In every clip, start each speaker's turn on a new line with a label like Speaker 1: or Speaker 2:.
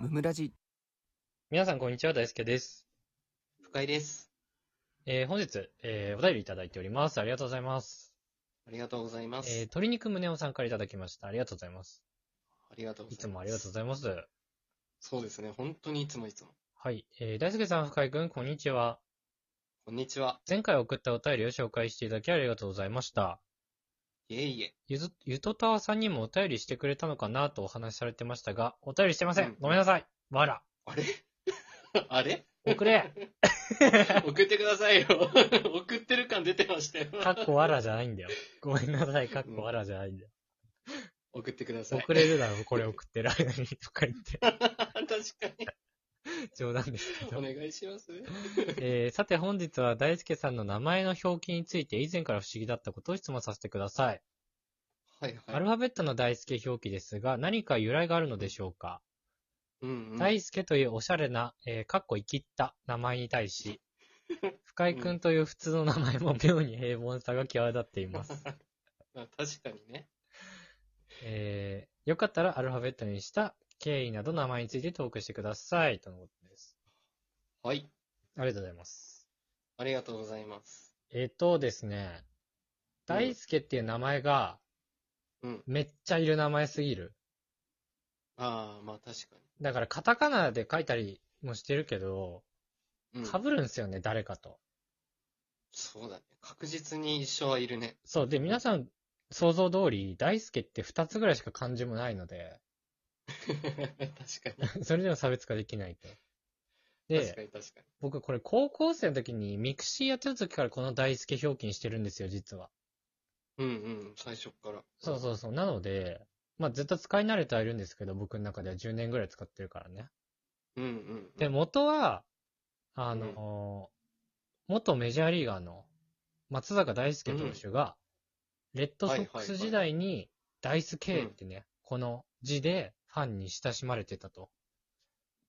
Speaker 1: ムムラジ
Speaker 2: 皆さん、こんにちは。大輔です。
Speaker 3: 深井です。
Speaker 2: えー本日、えーお便りいただいております。ありがとうございます。
Speaker 3: ありがとうございます。
Speaker 2: えー鶏肉胸をさんからいただきました。ありがとうございます。
Speaker 3: ありがとうござい
Speaker 2: い
Speaker 3: ます。
Speaker 2: つもありがとうございます。
Speaker 3: そうですね。本当にいつもいつも。
Speaker 2: はい。えー大輔さん、深井くん、こんにちは。
Speaker 3: こんにちは。
Speaker 2: 前回送ったお便りを紹介していただきありがとうございました。
Speaker 3: いえいえ。
Speaker 2: ゆず、ゆとたわさんにもお便りしてくれたのかなとお話しされてましたが、お便りしてません。
Speaker 3: うん
Speaker 2: ごめんなさい。わ ら。
Speaker 3: あれ あれ
Speaker 2: 遅れ
Speaker 3: 送ってくださいよ。 送ってる感出てましたよ。
Speaker 2: かっこわらじゃないんだよ。ごめんなさい。かっこわらじゃないんだよ。
Speaker 3: 送ってください。
Speaker 2: 遅れるだろ、これ送ってる間に。とか言って。
Speaker 3: 確かに。
Speaker 2: 冗談ですけど
Speaker 3: お。願いします。
Speaker 2: えーさて本日は大輔さんの名前の表記について以前から不思議だったことを質問させてください。
Speaker 3: はい
Speaker 2: アル
Speaker 3: はい。
Speaker 2: ファベットの大輔表記ですが、何か由来があるのでしょうか、
Speaker 3: うん、うん。
Speaker 2: 大輔というおしゃれな、えーかっこ生きった名前に対 し、深井くんという普通の名前も妙に平凡さが際立っています。
Speaker 3: まあ確かにね。
Speaker 2: えーよかったらアルファベットにした経緯など名前についてトークしてください。とのことです。
Speaker 3: はい。
Speaker 2: ありがとうございます。
Speaker 3: ありがとうございます。
Speaker 2: えっ、とですね、
Speaker 3: うん
Speaker 2: 大輔っていう名前が、
Speaker 3: うん。
Speaker 2: めっちゃいる名前すぎる。
Speaker 3: ああ、まあ確か
Speaker 2: だからカタカナで書いたりもしてるけど、
Speaker 3: に。うん。
Speaker 2: 被るんですよね、誰かと。
Speaker 3: そうだね。確実に一緒はいるね。
Speaker 2: そう、で、皆さん想像通り、大輔って2つぐらいしか漢字もないので、
Speaker 3: 確かに。
Speaker 2: それでも差別化できないと。
Speaker 3: 確か
Speaker 2: で、
Speaker 3: に確か
Speaker 2: 僕これ高校生の時にミクシーやってた時からこの大輔表記にしてるんですよ、実は。
Speaker 3: に。うんうん。最初から。
Speaker 2: そうそうそう。なので、まあずっと使い慣れてはいるんですけど、僕の中では10年ぐらい使ってるからね。
Speaker 3: うんうん。
Speaker 2: で、、元は、あのー元メジャーリーガーの松坂大輔投手が、レッドソックス時代に、ダイス K ってね、この字でファンに親しまれてたと。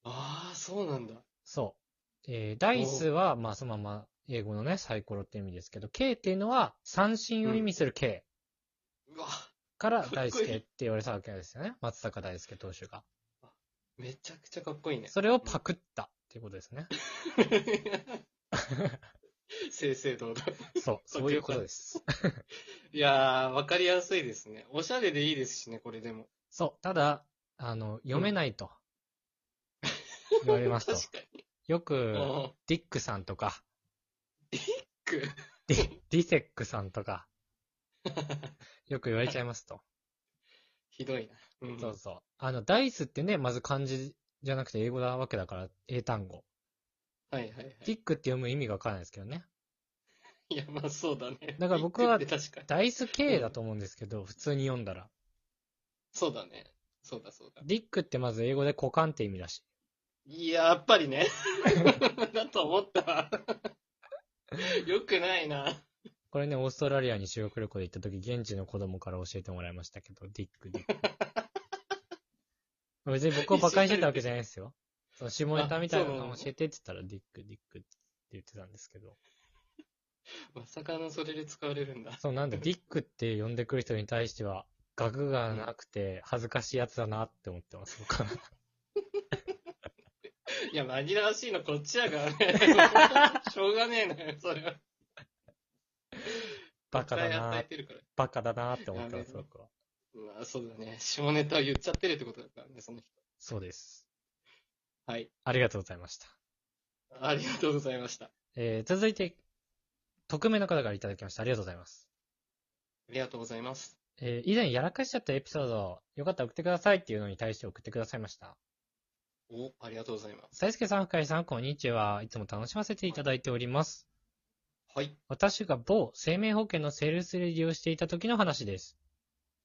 Speaker 3: ああ、そうなんだ。
Speaker 2: そう。えーダイスは、まあ、そのまま、英語のね、サイコロって意味ですけど、K っていうのは、三振を意味する K
Speaker 3: うわ、
Speaker 2: から
Speaker 3: かっこいい
Speaker 2: 大輔って言われたわけですよね。松坂大輔投手が。
Speaker 3: めちゃくちゃかっこ いいね。
Speaker 2: それをパクったっていうことですね。
Speaker 3: 正々堂々。
Speaker 2: そう、そういうことです。
Speaker 3: いやー、わかりやすいですね。おしゃれでいいですしね、これでも。
Speaker 2: そう、ただ、あの、読めないと、言われますと
Speaker 3: 確。かに。
Speaker 2: よく、
Speaker 3: うん
Speaker 2: ディックさんとか、
Speaker 3: く
Speaker 2: ディディセックさんとか、よく言われちゃいますと。
Speaker 3: ひどいな。うん
Speaker 2: そうそう。あの、ダイスってね、まず漢字じゃなくて英語なわけだから、英単語。
Speaker 3: はいはいはい。
Speaker 2: ディックって読む意味がわからないですけどね。
Speaker 3: いや、まあそうだね。
Speaker 2: だから僕は
Speaker 3: 言ってて確かに。
Speaker 2: ダイス K だと思うんですけど、普通に読んだら。
Speaker 3: そうだね。そうだそうだ。
Speaker 2: ディックってまず英語で股間って意味だし。
Speaker 3: いや、やっぱりね。 だと思った。 よくないな。
Speaker 2: これね、オーストラリアに修学旅行で行った時、現地の子供から教えてもらいましたけど、ディック、 ディック。別に僕を馬鹿にしてたわけじゃないですよ。その下ネタみたいなのを教えてって言ったら、ディック、ディックって言ってたんですけど。
Speaker 3: まさかのそれで使われるんだ。
Speaker 2: そう、なんで、ディックって呼んでくる人に対しては、額がなくて、恥ずかしいやつだなって思ってます、 僕は。
Speaker 3: いや、紛らわしいのこっちやから ね。しょうがねえなよ、それは。
Speaker 2: バカだ
Speaker 3: 絶対与
Speaker 2: な
Speaker 3: え、てるから。
Speaker 2: バカだなって思ってます、僕は。
Speaker 3: まあ、そうだね。下ネタを言っちゃってるってことだからね、その人。
Speaker 2: そうです。
Speaker 3: はい。
Speaker 2: ありがとうございました。
Speaker 3: ありがとうございました。あ
Speaker 2: えー、続いて、匿名の方からいただきました。ありがとうございます。
Speaker 3: りがとうございます。
Speaker 2: えー以前やらかしちゃったエピソード、よかったら送ってくださいっていうのに対して送ってくださいました。
Speaker 3: お、ありがとうございます。
Speaker 2: 大輔さん、深井さん、こんにちは。いつも楽しませていただいております。
Speaker 3: はい。
Speaker 2: 私が某生命保険のセールスレディをしていた時の話です。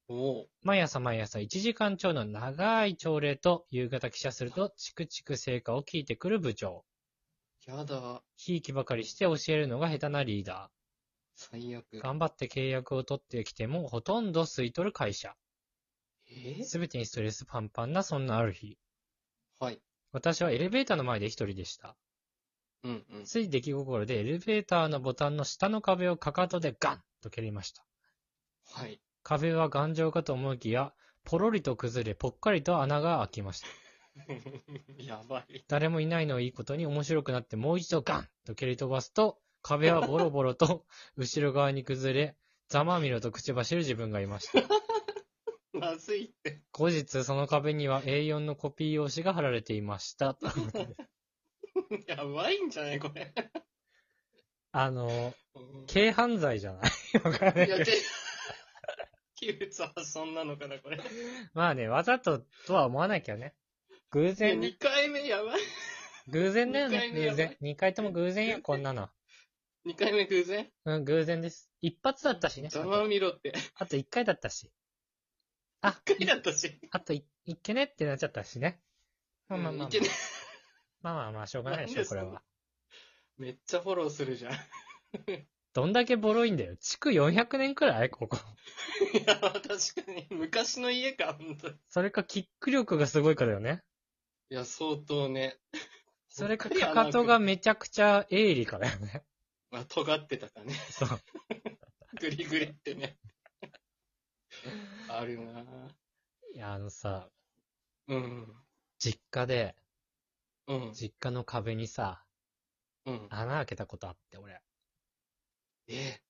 Speaker 3: おー
Speaker 2: 毎朝毎朝1時間超の長い朝礼と夕方記者するとチクチク成果を聞いてくる部長。
Speaker 3: やだ。
Speaker 2: ひいきばかりして教えるのが下手なリーダ
Speaker 3: 最悪
Speaker 2: ー。。頑張って契約を取ってきてもほとんど吸い取る会社。
Speaker 3: え
Speaker 2: すべてにストレスパンパンなそんなある日。
Speaker 3: はい。
Speaker 2: 私はエレベーターの前で一人でした。
Speaker 3: うんうん。
Speaker 2: つい出来心でエレベーターのボタンの下の壁をかかとでガンと蹴りました。
Speaker 3: はい。
Speaker 2: 壁は頑丈かと思いきや、ポロリと崩れ、ぽっかりと穴が開きました。
Speaker 3: やばい。
Speaker 2: 誰もいないのをいいことに面白くなってもう一度ガンと蹴り飛ばすと、壁はボロボロと 後ろ側に崩れ、ざまあみろと口走る自分がいました。
Speaker 3: まずいって。
Speaker 2: 後日、その壁には A4 のコピー用紙が貼られていました。 ということで
Speaker 3: やばいんじゃないこれ。
Speaker 2: あの、
Speaker 3: うん
Speaker 2: 軽犯罪じゃない わかんない
Speaker 3: い
Speaker 2: け
Speaker 3: や、
Speaker 2: ど
Speaker 3: て、器物破損なのかな、これ。
Speaker 2: まあね、わざととは思わないけどね。偶
Speaker 3: いや、
Speaker 2: 然、
Speaker 3: 2回目やばい。
Speaker 2: 偶然だよ
Speaker 3: 二回
Speaker 2: ね、
Speaker 3: 目や
Speaker 2: 偶
Speaker 3: ばい
Speaker 2: 然。2回とも偶然よ、こんなの。
Speaker 3: 2回目偶然
Speaker 2: うん、偶然です。一発だったしね。
Speaker 3: ざまみろって。
Speaker 2: あと1回だったし。あ、
Speaker 3: 1回だ ったし。
Speaker 2: あとい、いっけねってなっちゃったしね。まあまあま
Speaker 3: い
Speaker 2: あ
Speaker 3: けね
Speaker 2: まあ、まあまあまあ、しょうがないでし
Speaker 3: なん
Speaker 2: ょ、
Speaker 3: で
Speaker 2: これ
Speaker 3: そん
Speaker 2: は
Speaker 3: な。めっちゃフォローするじゃん。
Speaker 2: どんだけボロいんだよ。築400年くらいここ。
Speaker 3: いや、確かに。昔の家か、本当に。
Speaker 2: それかキック力がすごいかだよね。
Speaker 3: いや、相当ね。
Speaker 2: それか
Speaker 3: いや
Speaker 2: かかとがめちゃくちゃ鋭利かだよね。
Speaker 3: まあ、尖ってたかね。
Speaker 2: そう。
Speaker 3: グリグリって ね。あるなぁ
Speaker 2: いや、あのさ、
Speaker 3: うん。
Speaker 2: 実家で、
Speaker 3: うん。
Speaker 2: 実家の壁にさ、
Speaker 3: うん。
Speaker 2: 穴開けたことあって、俺。
Speaker 3: ええ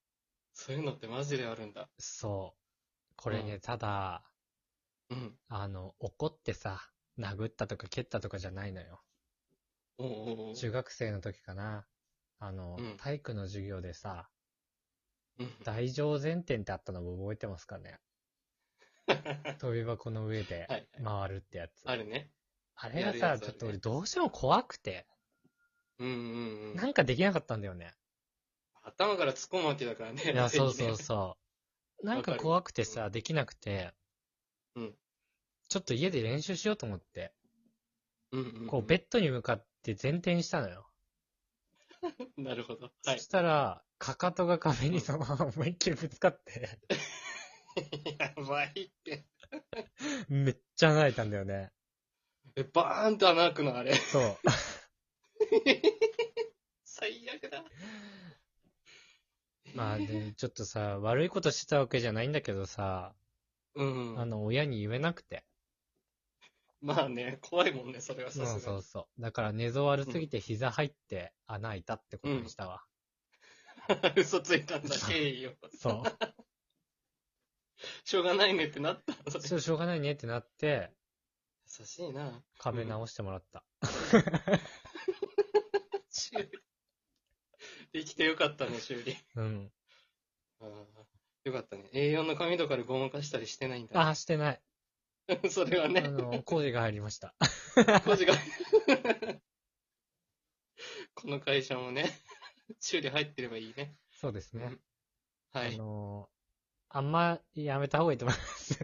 Speaker 3: そういうのってマジであるんだ。
Speaker 2: そう。これね、
Speaker 3: うん
Speaker 2: ただ、
Speaker 3: うん。
Speaker 2: あの、怒ってさ、殴ったとか蹴ったとかじゃないのよ。
Speaker 3: おうおうおう
Speaker 2: 中学生の時かな。あの、
Speaker 3: うん
Speaker 2: 体育の授業でさ、
Speaker 3: うん。
Speaker 2: 大乗前転ってあったの覚えてますかね飛び箱の上で
Speaker 3: はい
Speaker 2: 回るってやつ。
Speaker 3: あるね。
Speaker 2: あれが
Speaker 3: やるや
Speaker 2: さ、
Speaker 3: つあ
Speaker 2: ちょ
Speaker 3: るね
Speaker 2: っと俺どうしても怖くて、
Speaker 3: うんうんう。
Speaker 2: なんんかできなかったんだよ ね。
Speaker 3: 頭から突っ込むわけだからね。
Speaker 2: いや、そうそ
Speaker 3: ね
Speaker 2: うそう。なんか
Speaker 3: わかる
Speaker 2: 怖くてさ、できなくて、
Speaker 3: うん
Speaker 2: ちょっと家で練習しようと思って、
Speaker 3: うんうんうん。
Speaker 2: こうベッドに向かって前転したのよ。
Speaker 3: なるほど。はい
Speaker 2: そ。したら、かかとが壁にそのまま思いっきりぶつかって、
Speaker 3: やばいって。
Speaker 2: めっちゃ泣いたんだよね。
Speaker 3: え、バーンと穴開くの、あれ。
Speaker 2: そう。
Speaker 3: 最悪だ。
Speaker 2: まあね、ちょっとさ、悪いことしてたわけじゃないんだけどさ、
Speaker 3: うんう
Speaker 2: あ
Speaker 3: ん。
Speaker 2: の、親に言えなくて。
Speaker 3: まあね、怖いもんね、それは
Speaker 2: そ
Speaker 3: さ
Speaker 2: う
Speaker 3: す
Speaker 2: そ
Speaker 3: がに
Speaker 2: う。そう。だから寝相悪すぎて膝入って穴開いたってことにしたわ。
Speaker 3: 嘘ついたんだ、
Speaker 2: そう
Speaker 3: 敬意を。
Speaker 2: そう。
Speaker 3: しょうがないねってなったのそれ
Speaker 2: ちょっとしょうがないねってなって、
Speaker 3: 優しいな。
Speaker 2: 壁直してもらった。
Speaker 3: 修理。できてよかったね、修理。
Speaker 2: うん。
Speaker 3: あーよかったね。A4 の紙とかでごまかしたりしてないんだ。
Speaker 2: あ、してない。
Speaker 3: それは
Speaker 2: あ
Speaker 3: ね、
Speaker 2: の、工事が入りま した。
Speaker 3: 工事が。この会社もね、修理入ってればいいね。
Speaker 2: そうですね。
Speaker 3: は
Speaker 2: あ
Speaker 3: い。
Speaker 2: の、あんまやめた方がいいと思います。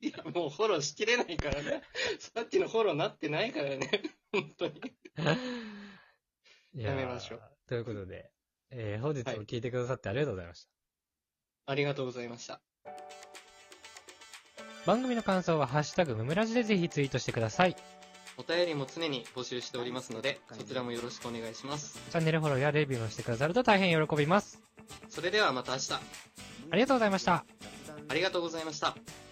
Speaker 3: いや、もうフォローしきれないからね。さっきのフォローなってないからね。本当に。
Speaker 2: いー
Speaker 3: やめましょう。
Speaker 2: ということで、えー本日
Speaker 3: はい
Speaker 2: も聞いてくださってありがとうございました。
Speaker 3: ありがとうございました。
Speaker 2: 番組の感想は、ハッシュタグムムラジでぜひツイートしてください。
Speaker 3: お便りも常に募集しておりますので、そちらもよろしくお願いします。
Speaker 2: チャンネルフォローやレビューもしてくださると大変喜びます。
Speaker 3: それではまた明日、
Speaker 2: ありがとうございました。
Speaker 3: ありがとうございました。